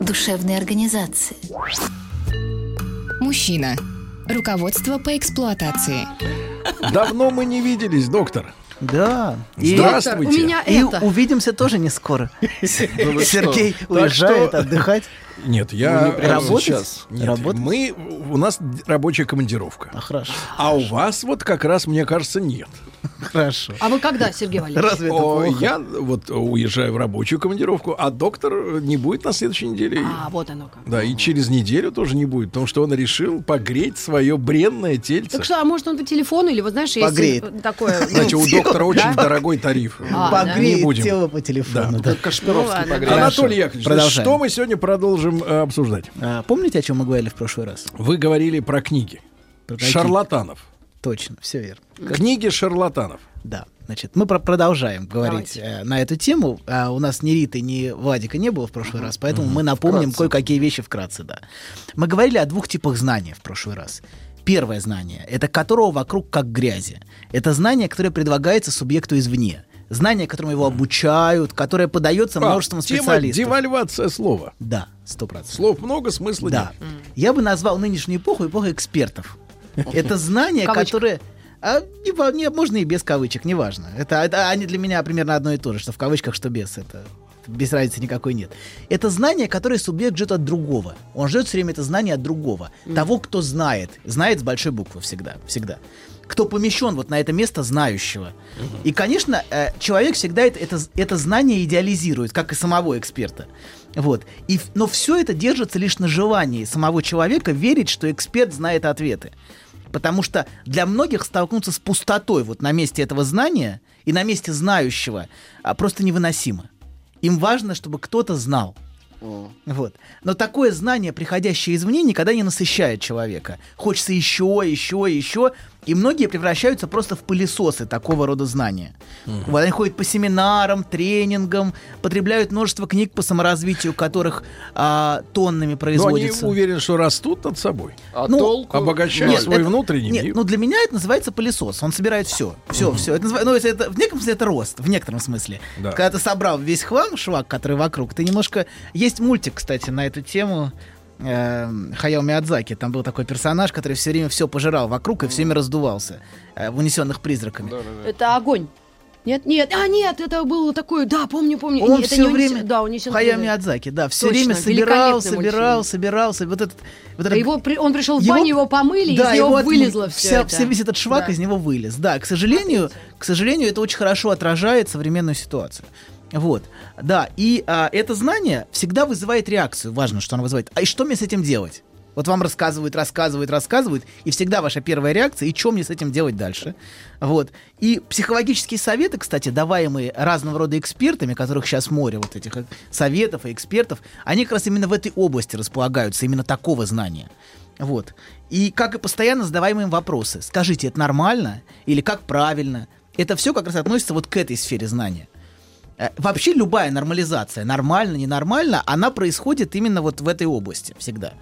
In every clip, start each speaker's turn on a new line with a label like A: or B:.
A: душевной организации.
B: Мужчина. Руководство по эксплуатации.
C: Давно мы не виделись, доктор.
D: Да. И,
C: Здравствуйте.
E: У меня
D: и
E: это.
D: увидимся тоже не скоро. Сергей уезжает отдыхать.
C: Нет, я
D: Вы не прямо
C: Работать?
D: сейчас?
C: Нет,
D: Работать?
C: мы у нас рабочая командировка.
D: А, хорошо.
C: А у вас вот как раз, мне кажется, нет.
D: Хорошо.
E: А вы когда, Сергей Валерьевич?
D: Разве это
C: О,
D: плохо?
C: я вот уезжаю в рабочую командировку, а доктор не будет на следующей неделе.
E: А, вот оно как.
C: Да, и через неделю тоже не будет, потому что он решил погреть свое бренное тельце.
E: Так что, а может он по телефону или, вот знаешь, есть
D: Погреет.
E: такое... ну,
C: Знаете, у доктора очень дорогой тариф.
E: А, да.
C: Не
D: Погреет
C: будем.
D: тело по телефону. да.
E: ну ладно.
C: Анатолий Яковлевич, значит,
D: Продолжаем.
C: что мы сегодня продолжим э, обсуждать?
D: А, Помните, о чем мы говорили в прошлый раз?
C: Вы говорили про книги.
D: Про какие?
C: Шарлатанов.
D: Точно, все верно.
C: Книги шарлатанов.
D: Да, значит, мы про- продолжаем говорить э, на эту тему. А, у нас ни Риты, ни Владика не было в прошлый раз, поэтому мы напомним кое-какие вещи вкратце, да. Мы говорили о двух типах знаний в прошлый раз. Первое знание, это которого вокруг как грязи. Это знание, которое предлагается субъекту извне. Знание, которому его обучают, которое подается множеством
C: А, тема
D: специалистов.
C: девальвация слова.
D: Да, сто процентов.
C: Слов много, смысла
D: Да.
C: нет.
D: Я бы назвал нынешнюю эпоху эпохой экспертов. Это знания,
E: Кавычках.
D: которые... А, не во- не, можно и без кавычек, неважно. Это, это они для меня примерно одно и то же, что в кавычках, что без. Это без разницы никакой нет. Это знание, которое субъект ждет от другого. Он ждет все время это знание от другого. Того, кто знает. Знает с большой буквы всегда. Всегда. Кто помещен вот на это место знающего. И, конечно, э, человек всегда это, это, это знание идеализирует, как и самого эксперта. Вот. И, в- но все это держится лишь на желании самого человека верить, что эксперт знает ответы. Потому что для многих столкнуться с пустотой вот на месте этого знания и на месте знающего а, просто невыносимо. Им важно, чтобы кто-то знал. Вот. Но такое знание, приходящее извне, никогда не насыщает человека. Хочется еще, еще, еще. И многие превращаются просто в пылесосы такого рода знания. Вот они ходят по семинарам, тренингам, потребляют множество книг по саморазвитию, которых а, тоннами
C: Но они
D: производится.
C: уверены, что растут над собой.
F: А
D: Ну,
F: толку?
C: Обогащают свой
D: это-
C: внутренний мир.
D: Нет, ну для меня это называется пылесос. Он собирает все. Все, все. Это называ- ну, если это, в неком смысле это рост. В некотором смысле.
C: Да.
D: Когда ты собрал весь хлам, швак, который вокруг, ты немножко... Есть мультик, кстати, на эту тему. эм, Хаяо Миядзаки. Там был такой персонаж, который все время все пожирал вокруг и все время раздувался. э, В унесенных призраками.
E: Это огонь. Нет, нет, а нет, это было такое, да, помню, помню.
D: Он
E: Это
D: все
E: не унес-
D: время...
E: Да, унесен.
D: Хаяо Миядзаки, да. Все
E: Точно,
D: время собирал,
E: великолепный
D: собирал,
E: мультфильм.
D: собирал, собирал. Вот этот... Вот
E: Да,
D: этот
E: Его, при- он пришел в
D: Его-
E: баню, его помыли,
D: Да,
E: из него
D: отм-
E: вылезло все
D: вся-
E: это.
D: все- весь этот швак
E: Да.
D: из него вылез. Да, к сожалению, к сожалению, это очень хорошо отражает современную ситуацию. Вот, да, и а, это знание всегда вызывает реакцию, важно, что оно вызывает. А и что мне с этим делать? Вот вам рассказывают, рассказывают, рассказывают, и всегда ваша первая реакция, и что мне с этим делать дальше? Вот. И психологические советы, кстати, даваемые разного рода экспертами, которых сейчас море вот этих э, советов и экспертов, они как раз именно в этой области располагаются, именно такого знания. Вот. И как и постоянно задаваемые им вопросы. Скажите, это нормально? Или как правильно? Это все как раз относится вот к этой сфере знания. Э, Вообще любая нормализация, нормально, ненормально, она происходит именно вот в этой области всегда.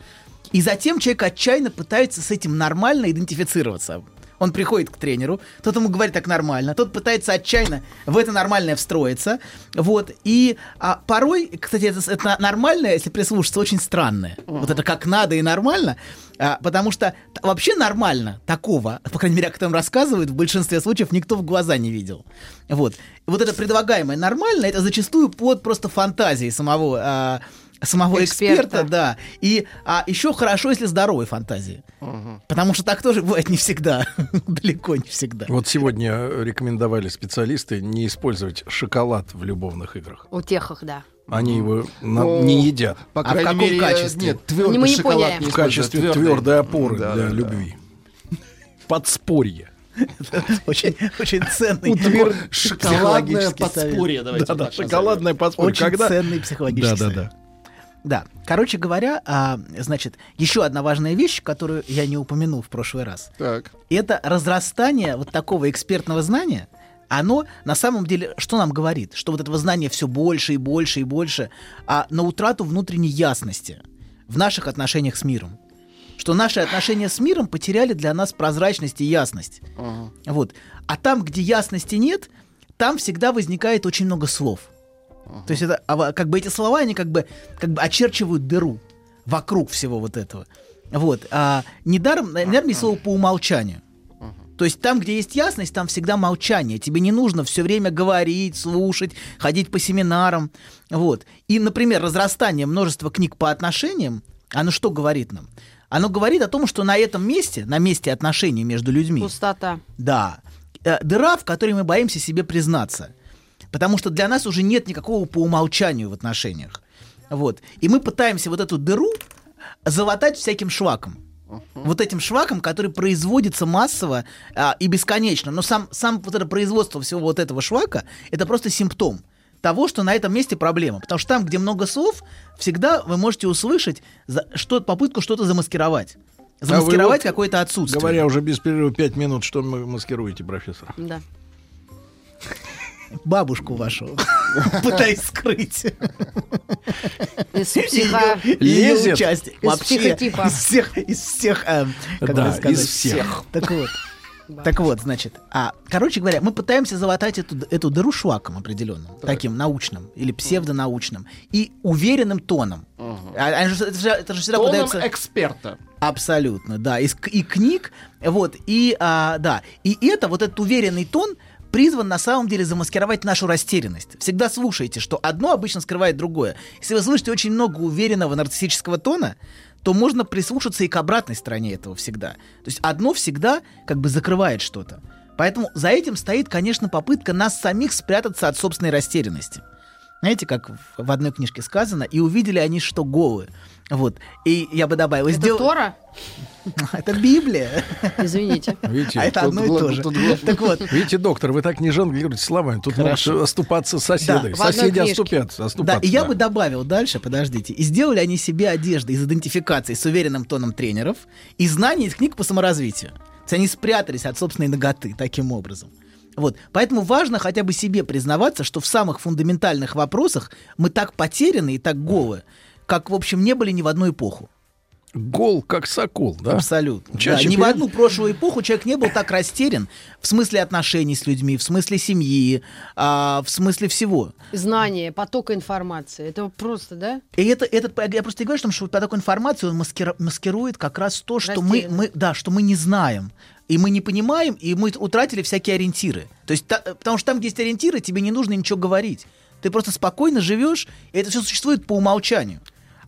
D: И затем человек отчаянно пытается с этим нормально идентифицироваться. Он приходит к тренеру, тот ему говорит так нормально, тот пытается отчаянно в это нормальное встроиться. Вот. И а, порой, кстати, это, с- это нормальное, если прислушаться, очень странное. Вот это как надо и нормально. А, потому что т- вообще нормально такого, по крайней мере, о котором рассказывают, в большинстве случаев никто в глаза не видел. Вот. Вот это предлагаемое нормально, это зачастую под просто фантазией самого, а, самого
E: Эксперта.
D: эксперта, да. И а, еще хорошо, если здоровой фантазии. Потому что так тоже бывает не всегда. Далеко не всегда.
C: Вот сегодня рекомендовали специалисты не использовать шоколад в любовных играх.
E: У техах, да.
C: Они его на-
D: Ну,
F: О,
C: не едят
F: По
D: в
F: крайней
D: каком
F: мере,
D: качестве?
F: Нет, твердый
E: Не, Ну, мы не
F: шоколад
E: поняли.
F: не
C: в
F: используют,
C: качестве
F: твердый.
C: твердой опоры
F: Да,
C: для
F: да, да.
C: любви. Подспорье.
D: Очень, очень ценный.
F: Шоколадное
D: психологический совет.
F: подспорье, давайте
C: Да-да,
F: так назовем.
C: шоколадное подспорье.
D: Очень
C: Когда-
D: ценный психологический
C: Да, да,
D: совет.
C: да.
D: Да. Короче говоря, а, значит, еще одна важная вещь, которую я не упомянул в прошлый раз.
F: Так.
D: Это разрастание вот такого экспертного знания, оно на самом деле, что нам говорит? Что вот этого знания все больше и больше и больше, а на утрату внутренней ясности в наших отношениях с миром. Что наши отношения с миром потеряли для нас прозрачность и ясность.
F: Ага.
D: Вот. А там, где ясности нет, там всегда возникает очень много слов. То есть это а, во- как бы эти слова, они как бы, как бы очерчивают дыру вокруг всего вот этого. Вот. А недаром, наверное, есть слово по умолчанию. То есть там, где есть ясность, там всегда молчание. Тебе не нужно все время говорить, слушать, ходить по семинарам. Вот. И, например, разрастание множества книг по отношениям, оно что говорит нам? Оно говорит о том, что на этом месте, на месте отношений между людьми,
E: Пустота.
D: да. Э, Дыра, в которой мы боимся себе признаться. Потому что для нас уже нет никакого по умолчанию в отношениях. Вот. И мы пытаемся вот эту дыру залатать всяким шваком. Вот этим шваком, который производится массово а, и бесконечно. Но сам, сам вот это производство всего вот этого швака, это просто симптом того, что на этом месте проблема. Потому что там, где много слов, всегда вы можете услышать за- что, попытку что-то замаскировать. Замаскировать
C: вот,
D: какое-то отсутствие.
C: Говоря уже без перерыва 5 минут, что мы маскируете, профессор?
E: Да.
D: бабушку вашу пытаюсь скрыть.
E: Из психа...
D: Её-
C: Лезет?
D: её участие.
E: Из
D: Вообще,
E: психотипа.
D: Из всех, из всех, эм, как
C: Да,
D: бы сказать,
C: из всех.
D: Так вот. Так вот, значит, а, короче говоря, мы пытаемся залатать эту, эту дыру шваком определенным, таким научным или псевдонаучным и уверенным тоном. А, а же- это, же, это же всегда
F: Тоном
D: подается-
F: эксперта.
D: Абсолютно, да. Из, к- и книг, вот, и, а, да. И это, вот этот уверенный тон призван на самом деле замаскировать нашу растерянность. Всегда слушайте, что одно обычно скрывает другое. Если вы слышите очень много уверенного нарциссического тона, то можно прислушаться и к обратной стороне этого всегда. То есть одно всегда как бы закрывает что-то. Поэтому за этим стоит, конечно, попытка нас самих спрятаться от собственной растерянности. Знаете, как в- в одной книжке сказано, и увидели они, что голые. Вот. И я бы добавил,
E: Это
D: сдел-
E: Тора?
D: это Библия.
E: Извините.
C: Видите,
D: А это
C: тут-
D: одно и
F: гло-
D: то же.
F: тут гло-
D: Так вот,
C: видите, доктор, вы так не жонглируете словами. Тут
D: Хорошо.
C: могут оступаться соседы.
D: Да,
E: в одной
C: Соседи
E: книжке.
C: оступятся.
D: да,
C: оступаться
D: и я
C: да.
D: бы добавил дальше, подождите. И сделали они себе одежды из идентификации с уверенным тоном тренеров и знаний из книг по саморазвитию. То есть они спрятались от собственной ноготы таким образом. Вот. Поэтому важно хотя бы себе признаваться, что в самых фундаментальных вопросах мы так потеряны и так голы, как, в общем, не были ни в одну эпоху.
C: Гол как сокол, да?
D: Абсолютно.
C: Чаще
D: Да, Ни в
C: перед-
D: одну прошлую эпоху человек не был так растерян в смысле отношений с людьми, в смысле семьи, а, в смысле всего.
E: Знание, поток информации. Это просто, да?
D: И это, этот, я просто и говорю, что, что поток информации он маскир- маскирует как раз то, что мы,
E: Растерянность.
D: мы, да, что мы не знаем. И мы не понимаем, и мы утратили всякие ориентиры. То есть, та- потому что там, где есть ориентиры, тебе не нужно ничего говорить. Ты просто спокойно живешь, и это все существует по умолчанию.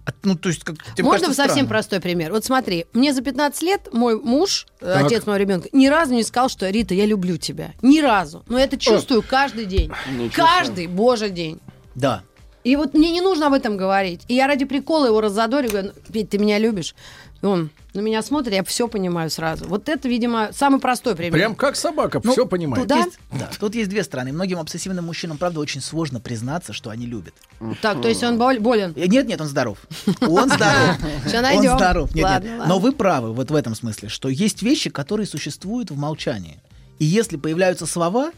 D: А, Ну, то есть, как, тебе
E: Можно
D: кажется
E: совсем
D: странным?
E: простой пример? Вот смотри, мне за 15 лет мой муж, э,
F: Так.
E: отец моего ребенка, ни разу не сказал, что Рита, я люблю тебя. Ни разу. Но я это чувствую каждый день.
F: Ничего
E: Каждый божий день.
D: Да.
E: И вот мне не нужно об этом говорить. И я ради прикола его раззадорю, говорю, «Ну, Петь, ты меня любишь. И он на меня смотрит, я все понимаю сразу. Вот это, видимо, самый простой пример.
C: Прям как собака,
D: Ну,
C: все понимает.
D: Тут
E: Да?
D: есть, да, тут есть две стороны. Многим обсессивным мужчинам, правда, очень сложно признаться, что они любят.
E: Так, то есть он бол- болен.
D: Э, Нет, нет, он здоров. Он здоров.
E: Всё
D: Он
E: найдём.
D: здоров. Нет,
E: Ладно,
D: нет.
E: ладно.
D: Но вы правы вот в этом смысле, что есть вещи, которые существуют в молчании. И если появляются слова,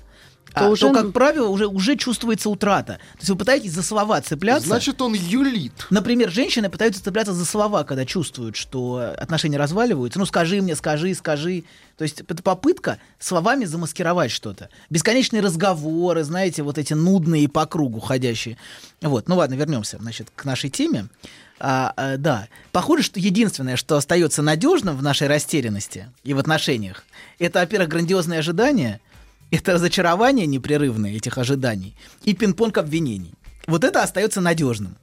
D: а,
E: То
D: то,
E: уже-
D: как правило, уже, уже чувствуется утрата. То есть вы пытаетесь за слова цепляться.
F: Значит, он юлит.
D: Например, женщины пытаются цепляться за слова, когда чувствуют, что отношения разваливаются. Ну, скажи мне, скажи, скажи. То есть это попытка словами замаскировать что-то. Бесконечные разговоры, знаете, вот эти нудные и по кругу ходящие. Вот, ну ладно, вернемся, значит, к нашей теме. А, а, да, похоже, что единственное, что остается надежным в нашей растерянности и в отношениях, это, во-первых, грандиозные ожидания, это разочарование непрерывное этих ожиданий и пинг-понг обвинений. Вот это остается надежным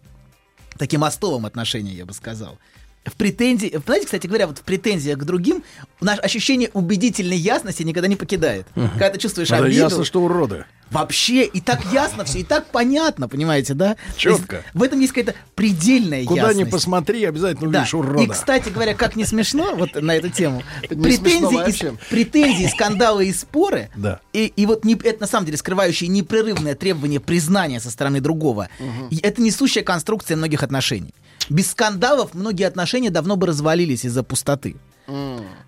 D: таким остовом отношения, я бы сказал. В претензии, знаете, кстати говоря, вот в претензиях к другим у нас ощущение убедительной ясности никогда не покидает. Когда ты чувствуешь
C: Да,
D: обиду,
C: ясно, что уроды.
D: вообще и так ясно все, и так понятно, понимаете, да?
C: Чётко.
D: То есть В этом есть какая-то предельная
C: Куда
D: ясность.
C: ни посмотри, обязательно
D: Да.
C: увидишь урода.
D: И, кстати говоря, как не смешно вот на эту тему,
F: Не смешно
D: претензии,
F: вообще.
D: и, претензии, скандалы и споры,
C: Да.
D: и, и вот не, это на самом деле скрывающее непрерывное требование признания со стороны другого, и это несущая конструкция многих отношений. Без скандалов многие отношения давно бы развалились из-за пустоты.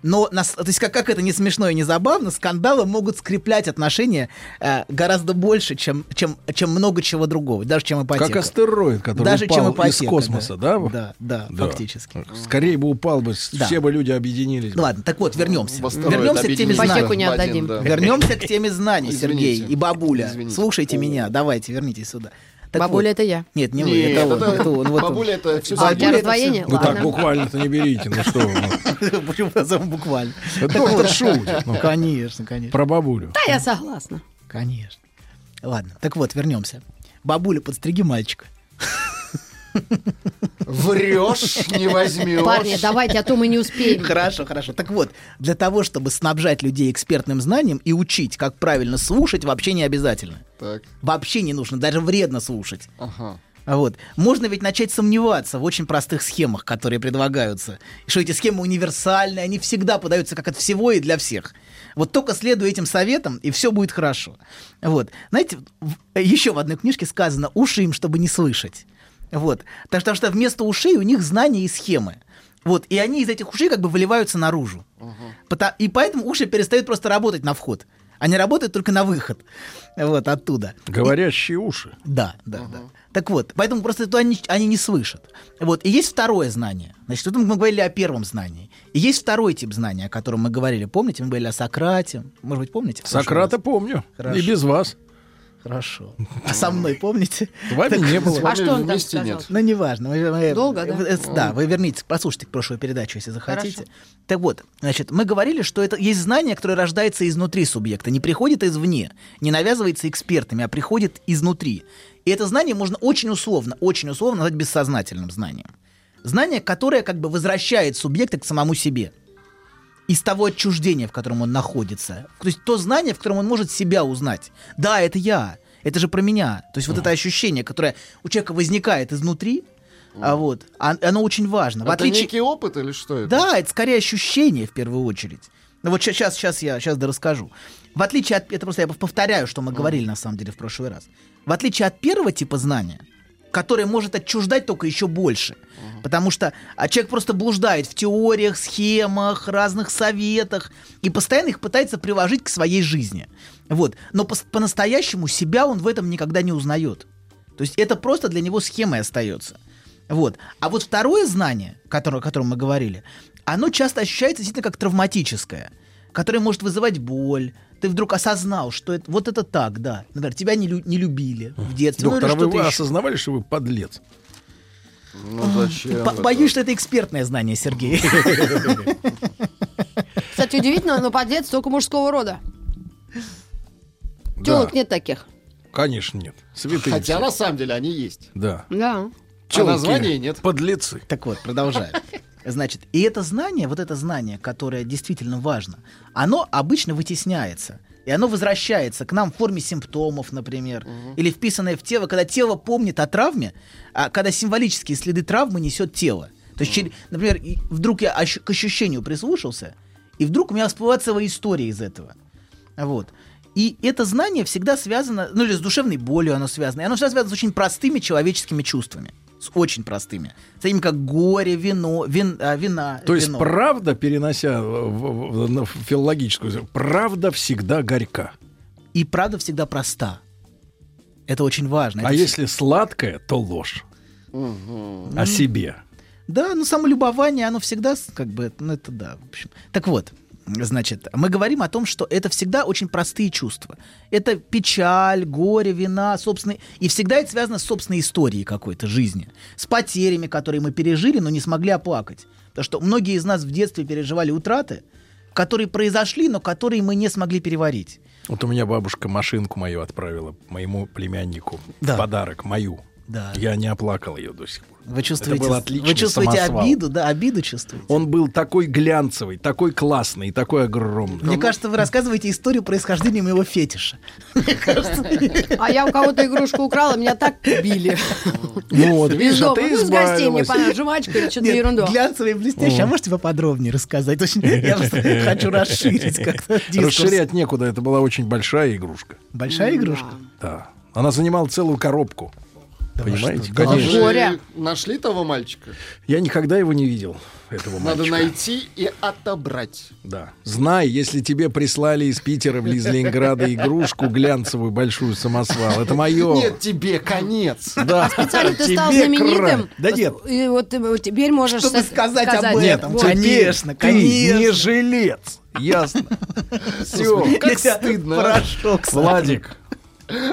D: Но, нас, то есть, как, как это не смешно и не забавно, скандалы могут скреплять отношения э, гораздо больше, чем, чем, чем много чего другого, даже чем ипотека.
C: Как астероид, который
D: даже
C: упал
D: чем ипотека,
C: из космоса, да?
D: Да, да,
C: Да.
D: фактически.
C: Скорее бы упал бы, с-
D: Да.
C: все бы люди объединились.
D: Ну Ладно, так вот, вернемся.
F: Восторг,
D: Вернемся к теме
F: обидели.
D: знаний.
E: Ипотеку не отдадим.
F: да.
D: Вернемся к теме знаний,
F: Извините.
D: Сергей и бабуля.
F: Извините.
D: Слушайте меня, давайте, вернитесь сюда. Так
E: Бабуля,
D: вот.
E: это я.
D: Нет, не вы,
F: Нет,
D: это он.
F: это-
D: это он, вот он.
F: Бабуля, это все
E: А, у А, тебя
D: это
E: раздвоение?
C: Ну так
E: Ладно.
C: буквально-то не берите, ну что вы, ну.
D: Почему назовем буквально?
C: Это доктор шутит. ну,
D: Конечно, конечно.
C: Про бабулю.
E: Да, А, я согласна.
D: Конечно. Ладно, так вот, вернемся. Бабуля, подстриги мальчика.
F: Врешь, не возьмешь.
E: Парни, давайте, а то мы не успеем.
D: Хорошо, хорошо. Так вот, для того, чтобы снабжать людей экспертным знанием и учить, как правильно слушать, вообще не обязательно.
F: Так,
D: Вообще не нужно, даже вредно слушать.
F: ага.
D: А Вот. Можно ведь начать сомневаться в очень простых схемах, которые предлагаются. И Что эти схемы универсальны, они всегда подаются как от всего и для всех. Вот только следуй этим советам, и все будет хорошо. Вот. Знаете, еще в одной книжке сказано «уши им, чтобы не слышать». Вот. Так что, потому что вместо ушей у них знания и схемы. Вот. И они из этих ушей как бы выливаются наружу. Пота- И поэтому уши перестают просто работать на вход. Они работают только на выход. Вот, оттуда.
C: Говорящие уши.
D: Да, да, да. Так вот, поэтому просто это они, они не слышат. Вот, и есть второе знание. Значит, тут мы говорили о первом знании. И есть второй тип знания, о котором мы говорили. Помните, мы говорили о Сократе. Может быть, помните? в прошлый
C: Сократа
D: раз?
C: помню.
D: Хорошо.
C: И без вас.
D: Хорошо. А со мной помните?
C: С вами не было.
E: А что он там
F: вместе
E: сказал?
F: нет.
D: Ну, неважно. мы- мы-
E: Долго, да?
D: э, э, Да, вы вернитесь, послушайте прошлую передачу, если захотите.
E: Хорошо.
D: Так вот, значит, мы говорили, что это есть знание, которое рождается изнутри субъекта, не приходит извне, не навязывается экспертами, а приходит изнутри. И это знание можно очень условно, очень условно назвать бессознательным знанием. Знание, которое как бы возвращает субъекта к самому себе. Из того отчуждения, в котором он находится. То есть то знание, в котором он может себя узнать. Да, это я. Это же про меня. То есть вот это ощущение, которое у человека возникает изнутри, а вот, он- оно очень важно. В
F: Это
D: отличие-
F: некий опыт или что это?
D: да, это скорее ощущение в первую очередь. Ну вот сейчас, сейчас я сейчас расскажу. В отличие от... Это просто я повторяю, что мы говорили на самом деле в прошлый раз. В отличие от первого типа знания, которое может отчуждать только еще больше. Потому что а человек просто блуждает в теориях, схемах, разных советах и постоянно их пытается приложить к своей жизни. Вот. Но пос- по-настоящему себя он в этом никогда не узнает. То есть это просто для него схемой остается. Вот. А вот второе знание, которое, о котором мы говорили, оно часто ощущается действительно как травматическое, которое может вызывать боль. Ты вдруг осознал, что это, вот это так, да. Например, тебя не, лю- не любили в детстве. ну или
C: Доктор, а вы,
D: что-то
C: вы
D: еще.
C: осознавали, что вы подлец?
F: Ну зачем?
D: Бо-
F: это?
D: Боюсь, что это экспертное знание, Сергей.
E: Кстати, удивительно, но подлец только мужского рода. Телок
C: Да,
E: нет таких.
C: конечно, нет. Святые
F: Хотя
C: все.
F: на самом деле они есть.
C: Да.
E: Да.
F: А
C: Тёлки,
F: названия нет.
C: Подлецы.
D: Так вот, продолжаю. Значит, и это знание, вот это знание, которое действительно важно, оно обычно вытесняется. И оно возвращается к нам в форме симптомов, например, или вписанное в тело, когда тело помнит о травме, а когда символические следы травмы несет тело. То есть, чер- например, и вдруг я ощу- к ощущению прислушался, и вдруг у меня всплывает целая история из этого. Вот. И это знание всегда связано, ну или с душевной болью оно связано, и оно всегда связано с очень простыми человеческими чувствами. С очень простыми. С такими как горе, вино, вин, а, вина.
C: То есть
D: вино.
C: правда, перенося в, в- в- на филологическую, правда всегда горька. А
D: И правда всегда проста. Это очень важно.
C: А
D: Это
C: если сладкое, то ложь. О себе.
D: Да, ну самолюбование, оно всегда, с- как бы, ну это да, в общем. Так вот, значит, мы говорим о том, что это всегда очень простые чувства. Это печаль, горе, вина, собственные... И всегда это связано с собственной историей какой-то жизни. С потерями, которые мы пережили, но не смогли оплакать. Потому что многие из нас в детстве переживали утраты, которые произошли, но которые мы не смогли переварить.
C: Вот у меня бабушка машинку мою отправила моему племяннику
D: Да.
C: в подарок, мою.
D: Да.
C: Я не оплакал ее до сих пор.
D: Вы чувствуете,
C: был
D: вы
C: отличный
D: чувствуете
C: самосвал.
D: обиду, да, обиду чувствуете.
C: Он был такой глянцевый, такой классный, такой огромный.
D: Мне кажется, вы рассказываете историю происхождения моего фетиша.
E: А я у кого-то игрушку украла, меня так били.
C: Ну вот,
E: Из
C: видишь,
E: дома.
C: а ты
E: Ну, с гостей мне
C: избавилась.
E: понравилось. Жвачка или что-то
D: Нет,
E: Ну, ерунда.
D: глянцевый и блестящий. А можете поподробнее рассказать? Очень- я просто хочу расширить как-то дискурс.
C: Расширять некуда, это была очень большая игрушка.
D: Большая игрушка?
C: Да. Она занимала целую коробку.
D: Да вы
C: Понимаете?
D: что, да
C: Конечно.
E: вы- Боря.
F: нашли того мальчика?
C: Я никогда его не видел, этого
F: Надо
C: мальчика.
F: найти и отобрать.
C: Да. Знай, если тебе прислали из Питера в из Ленинграда игрушку глянцевую большую самосвал, это мое.
F: Нет, тебе конец.
C: Да.
E: Специально ты стал
C: Тебе
E: знаменитым.
C: край. Да нет.
E: И вот ты- вот теперь можешь...
D: Чтобы
E: со-
D: сказать об этом.
E: Вот.
C: теперь
D: конечно,
C: ты
D: конечно.
C: не жилец. Ясно. Все.
F: Как
D: Я тебя
F: стыдно, а?
D: Порошок, Сань.
C: Владик.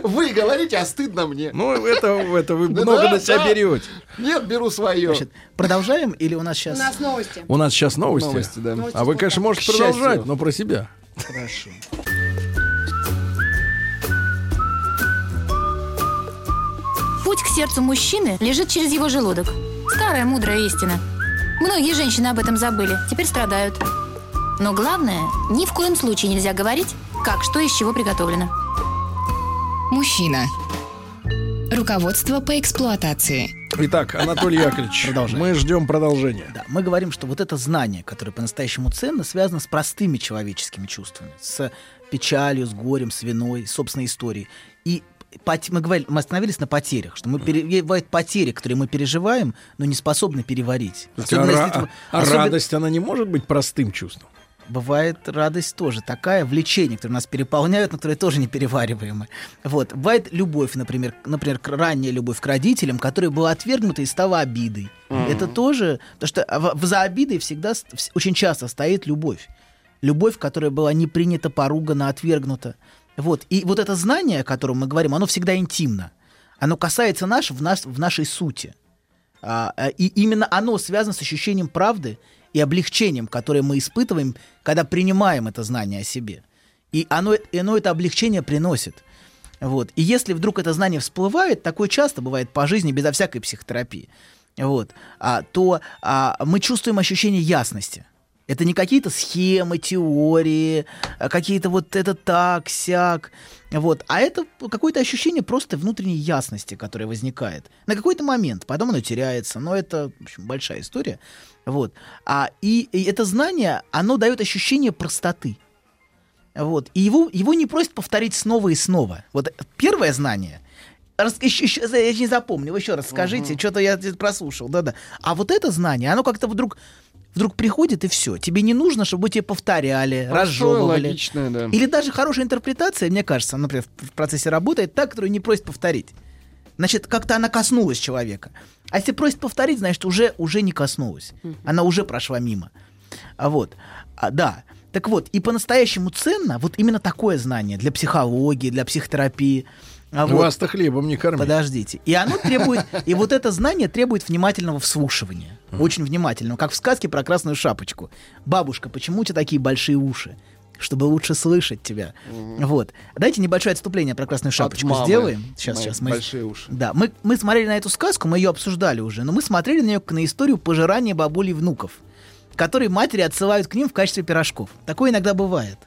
F: Вы говорите, а стыдно мне.
C: Ну, это, это вы
F: Да,
C: много
F: да,
C: на себя
F: да.
C: берете.
F: Нет, беру свое.
D: Значит, продолжаем или у нас сейчас...
E: У нас новости.
C: У нас сейчас новости.
F: Новости, да.
C: А вы, конечно, можете
F: К счастью.
C: продолжать, но про себя.
D: Хорошо.
A: Путь к сердцу мужчины лежит через его желудок. Старая мудрая истина. Многие женщины об этом забыли, теперь страдают. Но главное, ни в коем случае нельзя говорить, как что из чего приготовлено.
B: Мужчина. Руководство по эксплуатации.
C: Итак, Анатолий Яковлевич,
D: Продолжаем.
C: мы ждем продолжения.
D: Да, мы говорим, что вот это знание, которое по-настоящему ценно, связано с простыми человеческими чувствами, с печалью, с горем, с виной, с собственной историей. И пот- мы, говорили, мы остановились на потерях, что мы пере- бывают потери, которые мы переживаем, но не способны переварить.
C: Слушайте,
D: Особенно,
C: а
D: если
C: ра-
D: это-
C: а
D: особенно-
C: радость, она не может быть простым чувством.
D: Бывает радость тоже такая, влечение, которое нас переполняют, но которое тоже не перевариваемое. Вот. Бывает любовь, например, к- например, к- ранняя любовь к родителям, которая была отвергнута и стала обидой. Это тоже, потому что а, в- в- за обидой всегда, с- вс- очень часто стоит любовь. Любовь, которая была не принята, поругана, отвергнута. Вот. И вот это знание, о котором мы говорим, оно всегда интимно. Оно касается нас в, нас, в нашей сути. А, а, и именно оно связано с ощущением правды и облегчением, которое мы испытываем, когда принимаем это знание о себе. И оно, и оно это облегчение приносит. Вот. И если вдруг это знание всплывает, такое часто бывает по жизни безо всякой психотерапии, вот, а, то а, мы чувствуем ощущение ясности. Это не какие-то схемы, теории, а какие-то вот это так, сяк. Вот. А это какое-то ощущение просто внутренней ясности, которое возникает. На какой-то момент, потом оно теряется, но это в общем, большая история. Вот. А, и, и это знание, оно дает ощущение простоты. Вот. И его, его не просят повторить снова и снова. Вот первое знание. Рас- ещё- ещё- я не запомнил, еще раз скажите, что-то я здесь прослушал, да-да. А вот это знание, оно как-то вдруг, вдруг приходит и все. Тебе не нужно, чтобы тебе повторяли,
F: Простое,
D: разжевывали.
F: логичное, да.
D: Или даже хорошая интерпретация, мне кажется, она, например, в процессе работает та, которую не просит повторить. Значит, как-то она коснулась человека. А если просит повторить, значит, уже, уже не коснулась. Она уже прошла мимо. А вот, а, да. Так вот, и по-настоящему ценно вот именно такое знание для психологии, для психотерапии. А вот,
C: Вас-то хлебом не кормят.
D: подождите. И оно требует, и вот это знание требует внимательного вслушивания. Очень внимательного, как в сказке про красную шапочку. Бабушка, почему у тебя такие большие уши? чтобы лучше слышать тебя. Вот. Дайте небольшое отступление про красную шапочку
F: мамы.
D: сделаем. Сейчас,
F: Мои
D: сейчас мы
F: большие уши.
D: да, мы, мы смотрели на эту сказку, мы ее обсуждали уже, но мы смотрели на нее как на историю пожирания бабулей и внуков, которые матери отсылают к ним в качестве пирожков. Такое иногда бывает.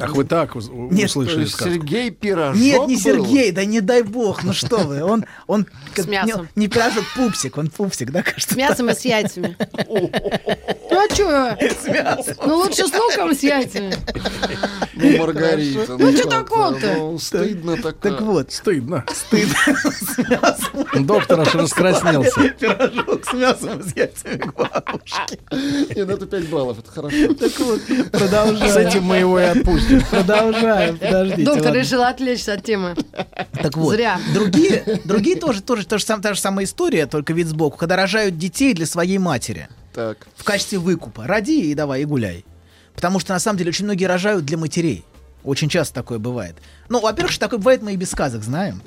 C: Ах, вы так уз- у-
D: Нет,
C: услышали сказку.
F: Сергей Пирожок
D: Нет, не
F: был?
D: Сергей, да не дай бог, ну что вы, он, он как-
E: мясом.
D: Не, не пирожок, пупсик, он пупсик, да,
E: С
D: кажется.
E: мясом и с яйцами. Ну а чё? Ну лучше с луком и с яйцами.
F: Ну, Маргарита. Ну,
E: чё
F: как-то,
E: такого-то?
F: ну, стыдно так.
D: Так вот,
C: Стыдно.
D: стыд с мясом.
C: Доктор аж раскраснелся.
D: Пирожок с мясом и с яйцами бабушки.
F: Нет, это 5 баллов, это хорошо.
D: Так вот, продолжаем.
C: С этим мы его и отпустим.
D: Продолжаем, подождите.
E: Доктор
D: ладно.
E: решил отвлечься от темы.
D: Так вот,
E: Зря.
D: другие, другие тоже, тоже, тоже сам, та же самая история, только вид сбоку, когда рожают детей для своей матери
F: Так.
D: в качестве выкупа. Роди и давай, и гуляй. Потому что, на самом деле, очень многие рожают для матерей. Очень часто такое бывает. Ну, во-первых, что такое бывает, мы и без сказок знаем.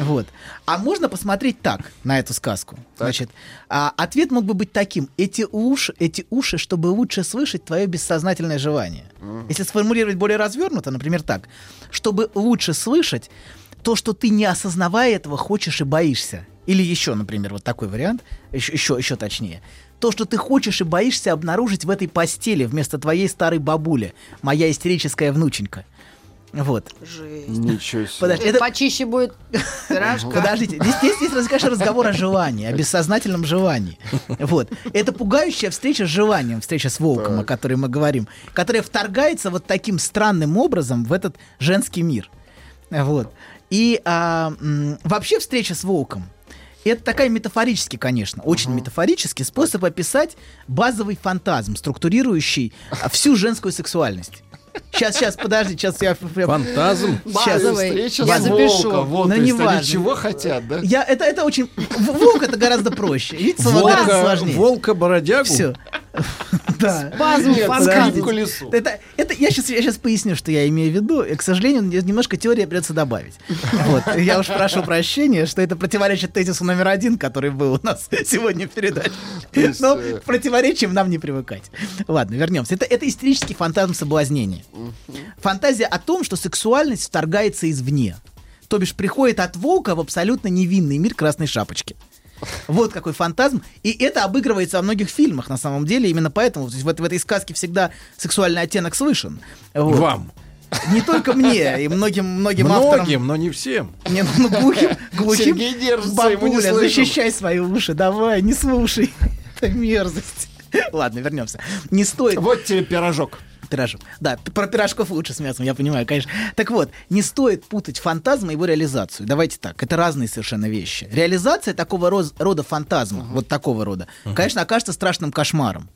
D: Вот. А можно посмотреть так на эту сказку. Значит, а, ответ мог бы быть таким. Эти уши, эти уши, чтобы лучше слышать твое бессознательное желание. Если сформулировать более развернуто, например, так. Чтобы лучше слышать то, что ты, не осознавая этого, хочешь и боишься. Или еще, например, вот такой вариант, еще, еще, еще точнее. То, что ты хочешь и боишься обнаружить в этой постели вместо твоей старой бабули, моя истерическая внученька. Вот.
F: Ничего себе.
D: Подожди, это-
E: Почище будет пирожка.
D: Ну, Подождите, здесь, здесь, здесь раз- конечно, разговор о желании, о бессознательном желании. Вот. Это пугающая встреча с желанием, встреча с волком, о которой мы говорим, которая вторгается вот таким странным образом в этот женский мир. Вот. И а, м, вообще встреча с волком Это такая метафорический, конечно, очень метафорический способ описать базовый фантазм, структурирующий а, всю женскую сексуальность. Сейчас, сейчас, подожди, сейчас я прям-
C: Фантазм.
D: щас.
E: Базовый.
F: Встреча
E: Я
F: с
E: запишу.
F: Волком. Вот,
D: Но
F: то есть
D: не
F: они
D: важно.
F: чего хотят, да?
D: Я, это, это очень... в- Волк это гораздо проще. Видите, слово гораздо
C: Волка,
D: сложнее.
C: волка бородягу.
D: Все. Да.
E: Спазм,
F: Нет,
E: фантазм.
F: подожди. По колесу.
D: Это, это, я сейчас я сейчас поясню, что я имею в виду. И, к сожалению, мне немножко теории придется добавить. Вот. Я уж прошу прощения, что это противоречит тезису номер один, который был у нас сегодня в передаче.
F: есть,
D: Но
F: э,
D: к противоречиям нам не привыкать. Ладно, вернемся. Это, это истерический фантазм соблазнения. Фантазия о том, что сексуальность вторгается извне. То бишь приходит от волка в абсолютно невинный мир красной шапочки. Вот какой фантазм. И это обыгрывается во многих фильмах, на самом деле. Именно поэтому то есть, в, эт- в этой сказке всегда сексуальный оттенок слышен. Вот.
C: Вам.
D: Не только мне, и многим, многим, авторам.
C: Многим, но не всем.
D: Не, ну, глухим, глухим.
F: Сергей держится, ему не
D: Бабуля,
F: слышно.
D: защищай свои уши, давай, не слушай. Это мерзость. Ладно, вернемся. Не стоит
F: Вот тебе пирожок.
D: пирожок. Да, п- про пирожков лучше с мясом, я понимаю, конечно. Так вот, не стоит путать фантазм и его реализацию. Давайте так, это разные совершенно вещи. Реализация такого роз- рода фантазма, вот такого рода, конечно, окажется страшным кошмаром.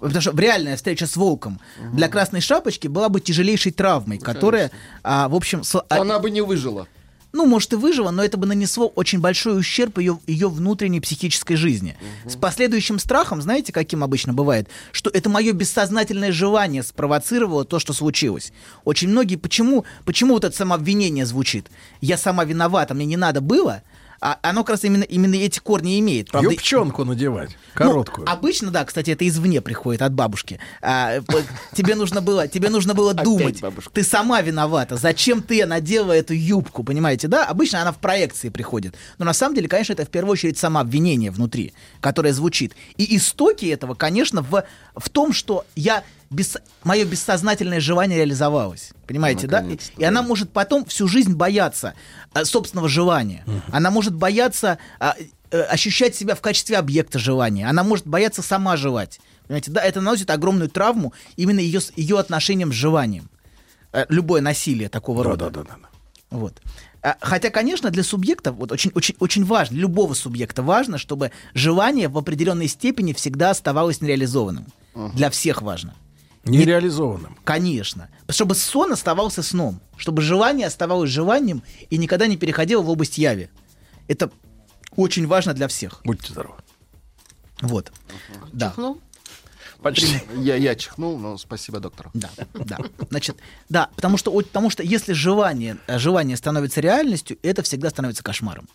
D: Потому что реальная встреча с волком для Красной Шапочки была бы тяжелейшей травмой, которая, а, в общем, со- а-
F: Она бы не выжила.
D: ну, может, и выжила, но это бы нанесло очень большой ущерб ее, ее внутренней психической жизни. С последующим страхом, знаете, каким обычно бывает, что это мое бессознательное желание спровоцировало то, что случилось. Очень многие, почему, почему вот это самообвинение звучит? Я сама виновата, мне не надо было, а оно как раз именно, именно эти корни имеет. Правда,
C: Юбчонку надевать.
D: ну,
C: Короткую.
D: обычно, да, кстати, это извне приходит от бабушки. А, п- тебе нужно было, тебе нужно было думать.
F: бабушка.
D: Ты сама виновата. Зачем ты надела эту юбку, понимаете, да? Обычно она в проекции приходит. Но на самом деле, конечно, это в первую очередь самообвинение внутри, которое звучит. И истоки этого, конечно, в, в том, что я бес- мое бессознательное желание реализовалось. Понимаете, да? И, и она может потом всю жизнь бояться э, собственного желания. Она может бояться а, э, ощущать себя в качестве объекта желания. Она может бояться сама желать. Понимаете, да, это наносит огромную травму именно ее, с- ее отношением с желанием. Э, Любое насилие такого рода. Вот. А, Хотя, конечно, для субъекта вот очень, очень, очень важно, любого субъекта важно, чтобы желание в определенной степени всегда оставалось нереализованным. Для всех важно.
C: Нереализованным.
D: Конечно. Чтобы сон оставался сном. Чтобы желание оставалось желанием и никогда не переходило в область яви. Это очень важно для всех.
C: Будьте здоровы.
D: Вот. Да.
E: Ну,
C: Почти.
F: Я, я чихнул, но спасибо доктору.
D: Да, да. Значит, да, потому что, вот- потому что если желание, э, желание становится реальностью, это всегда становится кошмаром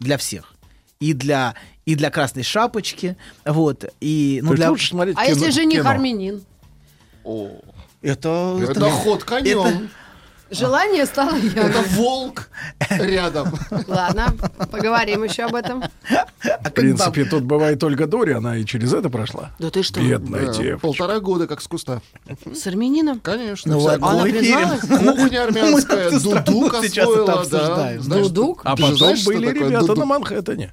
D: для всех. И для, и для красной шапочки, вот, и, ну,
C: То есть
D: для...
C: лучше смотреть
E: А
C: кино-
E: если жених
C: кино.
E: армянин?
F: О,
D: Ну, Это...
F: это ход конем.
E: Желание стало
F: Это
E: я.
F: волк рядом.
E: Ладно, поговорим еще об этом.
C: В принципе, тут бывает только дури, она и через это прошла.
E: Да ты что,
C: Бедная
F: Да,
C: девочка.
F: Полтора года как с куста.
E: с армянином?
F: Конечно.
D: Ну
F: вся
D: ладно,
E: Она
D: в эфире.
E: призналась?
F: Кухня армянская,
D: Мы тут
F: дудук
D: страну сейчас это
F: освоила, да.
D: обсуждаем.
F: Знаешь,
E: Дудук?
F: ты-
C: А
F: ты же
C: потом
F: знаешь, что
C: были
F: такое
C: ребята ну,
F: дудук?
C: на Манхэттене.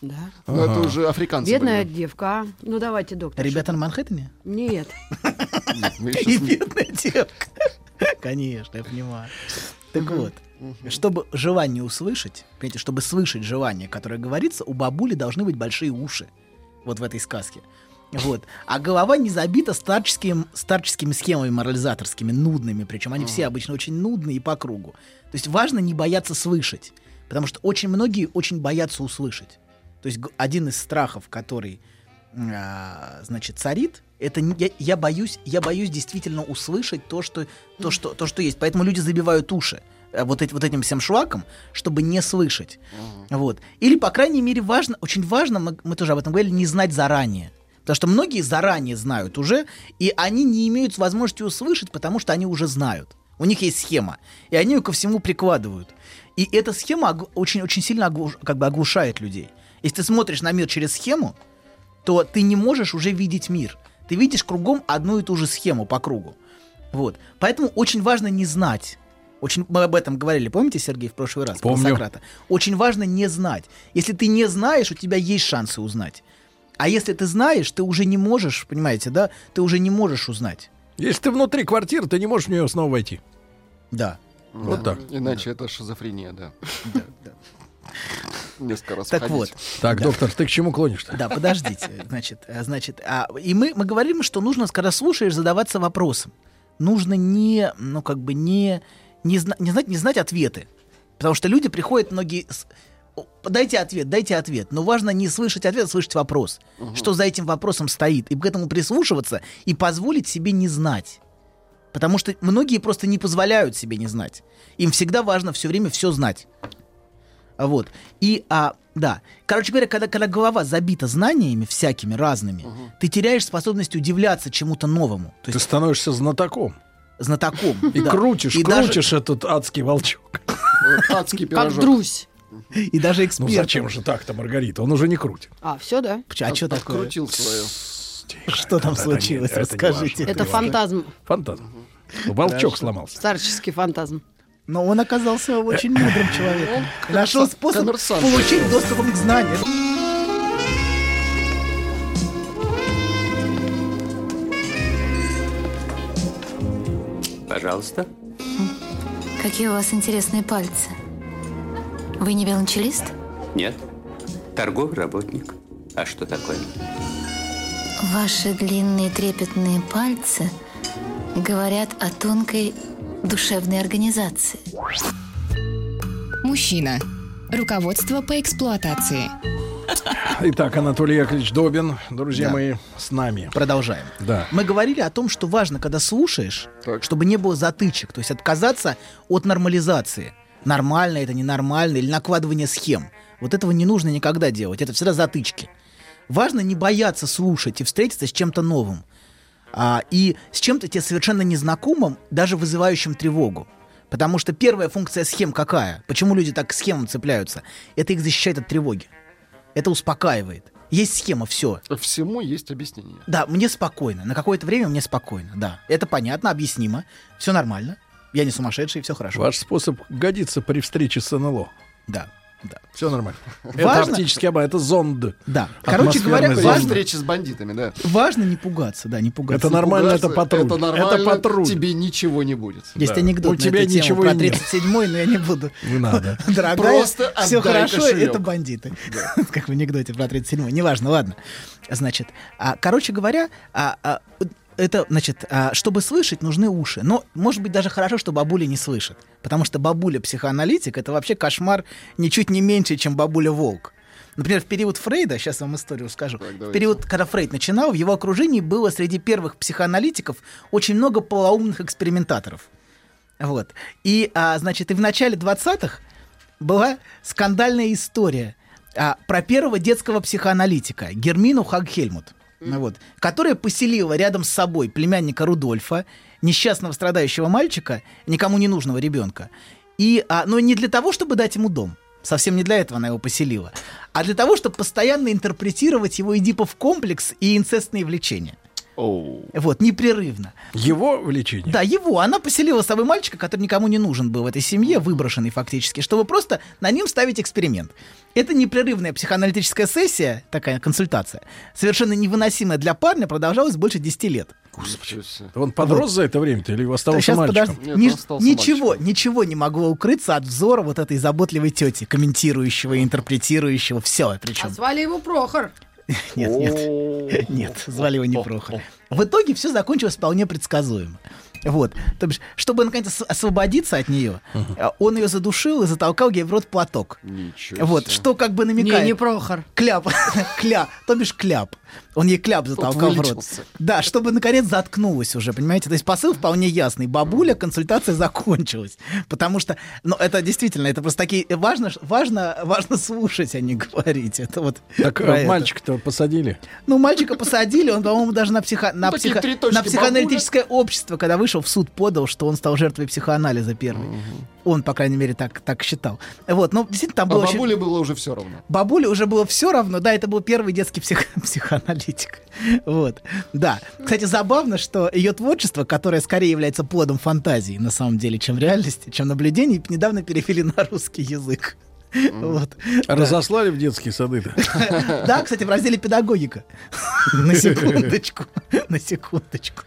E: Да.
F: Ну, это уже африканцы.
E: Бедная
F: были.
E: девка, а. Ну давайте, доктор.
D: Ребята на Манхэттене?
E: Нет.
F: Видишь,
D: И
F: что с-
D: бедная девка. Конечно, я понимаю. Так вот, чтобы желание услышать, понимаете, чтобы слышать желание, которое говорится, у бабули должны быть большие уши. Вот в этой сказке. Вот. А голова не забита старческим, старческими схемами морализаторскими, нудными. Причем они все обычно очень нудные и по кругу. То есть важно не бояться слышать. Потому что очень многие очень боятся услышать. То есть г- один из страхов, который а, значит, царит, это не- я, я боюсь, я боюсь действительно услышать то, что то, что то, что есть. Поэтому люди забивают уши э, вот, эти- вот этим всем шлаком, чтобы не слышать. Вот. Или, по крайней мере, важно, очень важно, мы, мы тоже об этом говорили, не знать заранее. Потому что многие заранее знают уже, и они не имеют возможности услышать, потому что они уже знают. У них есть схема, и они ее ко всему прикладывают. И эта схема очень-очень сильно оглуш- как бы оглушает людей. Если ты смотришь на мир через схему, то ты не можешь уже видеть мир. Ты видишь кругом одну и ту же схему по кругу. Вот. Поэтому очень важно не знать. Очень, мы об этом говорили, помните, Сергей, в прошлый раз,
C: Помню.
D: про Сократа? Очень важно не знать. Если ты не знаешь, у тебя есть шансы узнать. А если ты знаешь, ты уже не можешь, понимаете, да? Ты уже не можешь узнать.
C: Если ты внутри квартиры, ты не можешь в нее снова войти.
D: Да.
C: Вот так.
F: Иначе это шизофрения, да. несколько раз
D: Так
F: ходить.
D: вот,
C: Так, доктор, ты к чему клонишь-то?
D: да, подождите, значит, э, значит, а, и мы, мы говорим, что нужно, когда слушаешь, задаваться вопросом. Нужно не, ну, как бы не, не, зна- не знать, не знать ответы. Потому что люди приходят многие... с- «О, Дайте ответ, дайте ответ. Но важно не слышать ответ, а слышать вопрос. Что за этим вопросом стоит. И к этому прислушиваться и позволить себе не знать. Потому что многие просто не позволяют себе не знать. Им всегда важно все время все знать. Вот. И, а, да. Короче говоря, когда, когда голова забита знаниями всякими разными, ты теряешь способность удивляться чему-то новому. То
C: Ты
D: есть
C: становишься знатоком.
D: знатоком.
C: И
D: да.
C: крутишь,
D: И даже-
C: крутишь этот адский волчок.
F: Вот Э,
E: Как
F: Адский пирожок.
E: друзь.
D: И даже
C: Ну
D: эксперт.
C: зачем же Ну, так-то, Маргарита? Он уже не крутит.
E: А, все, да?
D: А что такое?
F: Открутил свое.
D: Что там случилось? Расскажите.
E: Это фантазм,
C: Фантазм. Волчок сломался.
E: старческий фантазм.
D: Но он оказался очень мудрым человеком. Нашел способ
F: коммерсант.
D: получить доступ к знаниям.
G: Пожалуйста.
A: Какие у вас интересные пальцы. Вы не велончелист?
G: Нет. Торговый работник. А что такое?
A: Ваши длинные трепетные пальцы говорят о тонкой душевной организации.
B: Мужчина. Руководство по эксплуатации.
C: Итак, Анатолий Яковлевич Добин, друзья
D: Да.
C: мои, с нами.
D: Продолжаем.
C: Да.
D: Мы говорили о том, что важно, когда слушаешь,
F: Так.
D: чтобы не было затычек, то есть отказаться от нормализации. Нормально это, ненормально, или накладывание схем. Вот этого не нужно никогда делать, это всегда затычки. Важно не бояться слушать и встретиться с чем-то новым. А, и с чем-то тебе совершенно незнакомым, даже вызывающим тревогу. Потому что первая функция схем какая? Почему люди так к схемам цепляются? Это их защищает от тревоги. Это успокаивает. Есть схема, все.
F: Всему есть объяснение.
D: Да, мне спокойно. На какое-то время мне спокойно, да. Это понятно, объяснимо. Все нормально. Я не сумасшедший, все хорошо.
C: Ваш способ годится при встрече с НЛО.
D: Да, да.
C: Все нормально. Это
D: Важно-
C: оптический обман, это зонд.
D: Да. Короче говоря,
C: Атмосферный Важно.
F: При
C: зонд.
D: важно,
F: встрече с бандитами, да.
D: важно не пугаться, да, не пугаться.
C: Это нормально, это патруль.
F: Это нормально,
C: патруль.
F: тебе ничего не будет.
D: Есть
C: Да.
D: анекдот
C: У
D: на
C: тебя
D: эту тему
C: ничего
D: про
C: и нет.
D: 37-й, но я не буду.
C: Не надо.
D: Дорогая,
F: Просто
D: все
F: отдай
D: хорошо,
F: кошелек.
D: это бандиты. Как в анекдоте про 37-й. Неважно, ладно. Значит, а, короче говоря, а, а, это, значит, а, чтобы слышать, нужны уши. Но, может быть, даже хорошо, что бабуля не слышит. Потому что бабуля-психоаналитик — это вообще кошмар ничуть не меньше, чем бабуля-волк. Например, в период Фрейда, сейчас вам историю расскажу, в
F: давайте.
D: период, когда Фрейд начинал, в его окружении было среди первых психоаналитиков очень много полоумных экспериментаторов. Вот. И, а, значит, и в начале 20-х была скандальная история а, про первого детского психоаналитика Гермину Хагхельмут, ну вот, которая поселила рядом с собой племянника Рудольфа, несчастного страдающего мальчика, никому не нужного ребенка. И, а, но не для того, чтобы дать ему дом. Совсем не для этого она его поселила, а для того, чтобы постоянно интерпретировать его эдипов комплекс и инцестные влечения.
F: Оу.
D: Вот, непрерывно.
C: Его влечение.
D: Да, его. Она поселила с собой мальчика, который никому не нужен был в этой семье, выброшенный фактически, чтобы просто на ним ставить эксперимент. Это непрерывная психоаналитическая сессия, такая консультация, совершенно невыносимая для парня, продолжалась больше 10 лет.
F: Ничего себе.
C: Он подрос за это время-то или остался
D: Щас
C: мальчиком?
D: подожди.
F: Нет,
D: Ни-
F: он остался
D: ничего,
F: мальчиком.
D: ничего не могло укрыться от взора вот этой заботливой тети, комментирующего, и интерпретирующего, все
E: А
D: причем.
E: звали его Прохор.
D: Нет, нет. Нет, звали его не Прохор. В итоге все закончилось вполне предсказуемо. Вот. То бишь, чтобы наконец ос- освободиться от нее, э, он ее задушил и затолкал ей в рот платок.
F: Ничего
D: Вот,
F: себе.
D: что как бы
E: Не,
D: намекает.
E: не Прохор.
D: Кляп, кляп, то бишь кляп. Он ей кляп затолкал в рот.
F: вылечился.
D: Да, чтобы наконец заткнулась уже, понимаете? То есть посыл вполне ясный. Бабуля, консультация закончилась. Потому что, ну, это действительно, это просто такие... Важно, ж- важно, важно слушать, а не говорить. Это вот...
C: Так
D: про
C: э,
D: это.
C: мальчика-то посадили.
D: Ну, мальчика посадили, он, по-моему, даже на, психо... на,
F: такие
D: психо-
F: три точки
D: на психоаналитическое общество, когда вышел, в суд подал, что он стал жертвой психоанализа первый. Он, по крайней мере, так, так считал. Вот, ну, действительно, там
F: А
D: было очень-
F: бабуле было уже все равно.
D: Бабуле уже было все равно, да, это был первый детский псих- психоаналитик. Вот, да. Кстати, забавно, что ее творчество, которое скорее является плодом фантазии, на самом деле, чем реальности, чем наблюдений, недавно перевели на русский язык. Вот.
C: Разослали в детские сады-то.
D: Да, кстати, в разделе педагогика. На секундочку, на секундочку.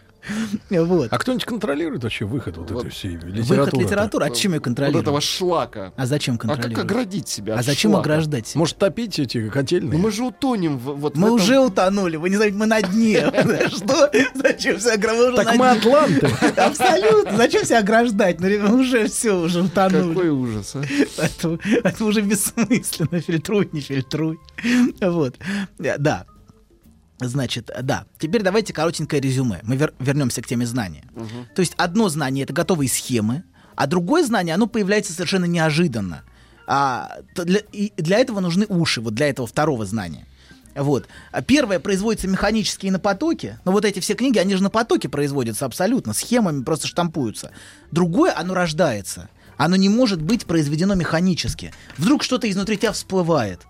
D: Вот.
C: А кто-нибудь контролирует вообще выход вот,
F: Вот.
C: этой всей литературы?
D: Выход литературы, от чем ее
F: Вот
D: контролировать?
F: этого шлака.
D: А зачем
F: А как
D: контролировать?
F: оградить себя?
D: А
F: от
D: зачем
F: шлака?
D: ограждать себя?
C: Может, топить эти
F: Ну
C: котельные?
F: мы же утонем в, вот в
D: Мы
F: этом.
D: уже утонули, вы не знаете, мы на дне. Что? Зачем себя ограждать?
C: так мы атланты.
D: Абсолютно. Зачем себя ограждать? Ну, ребят, мы уже все, уже утонули.
F: Какой ужас, а?
D: Поэтому Это уже бессмысленно. Фильтруй, не фильтруй. Вот. Э, Да. Значит, да. Теперь давайте коротенькое резюме. Мы вер- вернемся к теме знания. То есть одно знание это готовые схемы, а другое знание оно появляется совершенно неожиданно. А, то для, и для этого нужны уши, вот для этого второго знания. Вот. А Первое производится механически и на потоке. Но вот эти все книги, они же на потоке производятся абсолютно, схемами просто штампуются. Другое, оно рождается. Оно не может быть произведено механически. Вдруг что-то изнутри тебя всплывает.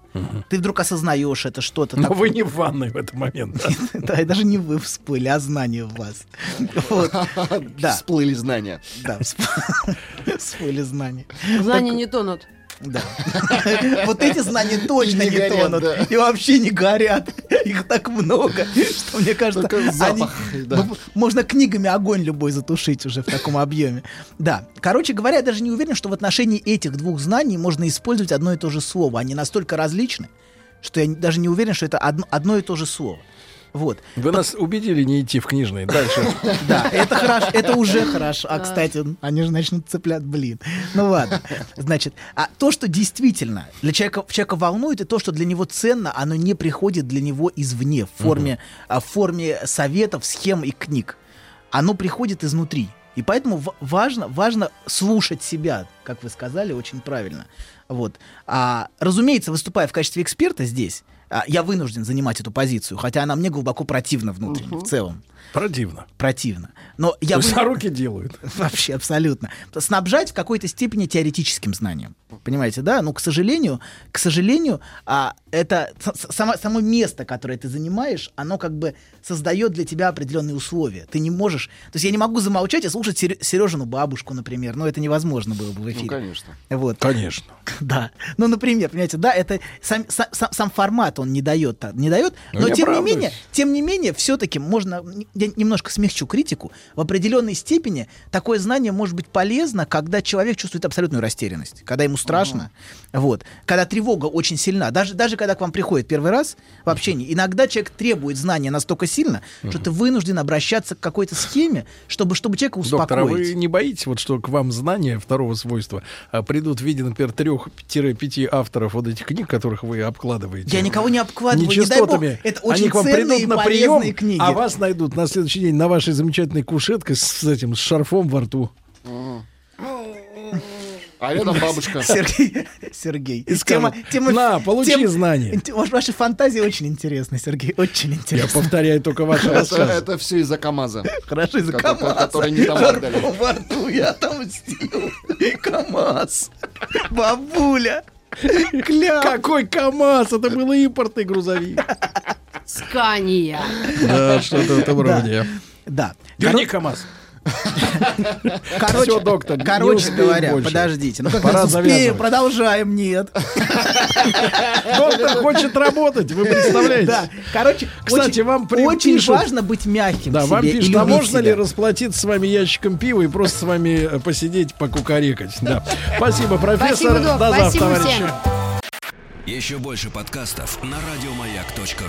D: Ты вдруг осознаешь это что-то.
C: Но
D: такое.
C: вы не в ванной в этот момент. да?
D: Да, и даже не вы всплыли, а знание в вас. Вот. Да,
F: Всплыли знания.
D: да, всп- всплыли знания.
E: Знания не тонут.
D: Да. Вот эти знания точно
F: И не
D: не
F: горят,
D: тонут.
F: да.
D: И вообще не горят. Их так много, что мне кажется,
F: Только запах,
D: они-
F: да.
D: ну, можно книгами огонь любой затушить уже в таком объеме. Да. Короче говоря, я даже не уверен, что в отношении этих двух знаний можно использовать одно и то же слово. Они настолько различны, что я даже не уверен, что это одно, одно и то же слово. Вот.
C: Вы нас убедили не идти в книжные. Дальше.
D: Да, это хорошо, это уже хорошо. А, кстати, они же начнут цеплять, блин. Ну ладно. Значит, а то, что действительно для человека, человека волнует, и то, что для него ценно, оно не приходит для него извне, в форме, а, в форме советов, схем и книг. Оно приходит изнутри. И поэтому ва- важно, важно слушать себя, как вы сказали, очень правильно. Вот. А, разумеется, выступая в качестве эксперта здесь, а, я вынужден занимать эту позицию, хотя она мне глубоко противна внутренне, в целом
C: Противно.
D: противно. Но я
C: То
D: бы
C: есть а руки делают.
D: вообще абсолютно снабжать в какой-то степени теоретическим знанием, понимаете, да? Но к сожалению, к сожалению, а это с- с- само, само место, которое ты занимаешь, оно как бы создает для тебя определенные условия. Ты не можешь, то есть я не могу замолчать и слушать Сережину бабушку, например, но это невозможно было бы в
F: Ну,
D: эфире.
F: конечно.
D: вот.
C: Конечно.
D: Да. Ну, например, понимаете, да, это сам, са- са- сам формат он не дает, та- не дает.
C: Ну,
D: Но
C: я
D: тем не
C: оправдываюсь.
D: менее, тем не менее, все-таки можно, н- я немножко смягчу критику, в определенной степени такое знание может быть полезно, когда человек чувствует абсолютную растерянность, когда ему страшно, вот, когда тревога очень сильна, даже, даже когда к вам приходит первый раз в общении, иногда человек требует знания настолько сильно, что ты вынужден обращаться к какой-то схеме, чтобы, чтобы человека успокоить.
C: Доктор, а вы не боитесь, вот, что к вам знания второго свойства а, придут в виде, например, трех-пяти авторов вот этих книг, которых вы обкладываете?
D: Я никого не обкладываю, не дай бог.
C: нечистотами.
D: Это
C: Они
D: очень
C: к вам
D: ценные
C: придут
D: и
C: на
D: полезные
C: прием,
D: книги.
C: а вас найдут на следующий день на вашей замечательной кушетке с, с этим с шарфом во рту.
F: А рядом бабушка.
D: Сергей, Сергей.
C: И скажут, «На, получи знания».
D: Инте- ваш- Ваши фантазии очень интересны, Сергей, очень
C: Я
D: интересны.
C: повторяю только ваши
F: Это,
C: рассказы.
F: это все из-за КамАЗа.
D: Хорошо, из-за
F: Который-
D: КамАЗа.
F: который не там
D: Шарфом
F: отдали.
D: Во рту я отомстил. КамАЗ. Бабуля. Кляп.
C: Какой КАМАЗ! Это был импортный грузовик.
E: Скания.
C: Да, что-то в этом роде.
D: Да.
C: Верни КАМАЗ.
D: Короче,
C: Всё, доктор, не
D: короче
C: успеем
D: говоря,
C: больше.
D: подождите. Ну как
C: Пора
D: раз успею,
C: завязывать.
D: продолжаем, нет.
C: Доктор хочет работать, вы
D: Да.
C: представляете?
D: Короче,
C: Кстати,
D: очень-
C: вам при-
D: очень
C: пишут-
D: важно быть мягким.
C: Да,
D: к
C: вам
D: себе и
C: пишут, а
D: любить
C: можно ли
D: себя.
C: расплатиться с вами ящиком пива и просто с вами э, посидеть, покукарекать? Да. Спасибо, профессор.
E: Спасибо, док.
C: До завтра,
E: Спасибо всем.
C: товарищи.
H: Еще больше подкастов на радиомаяк.ру.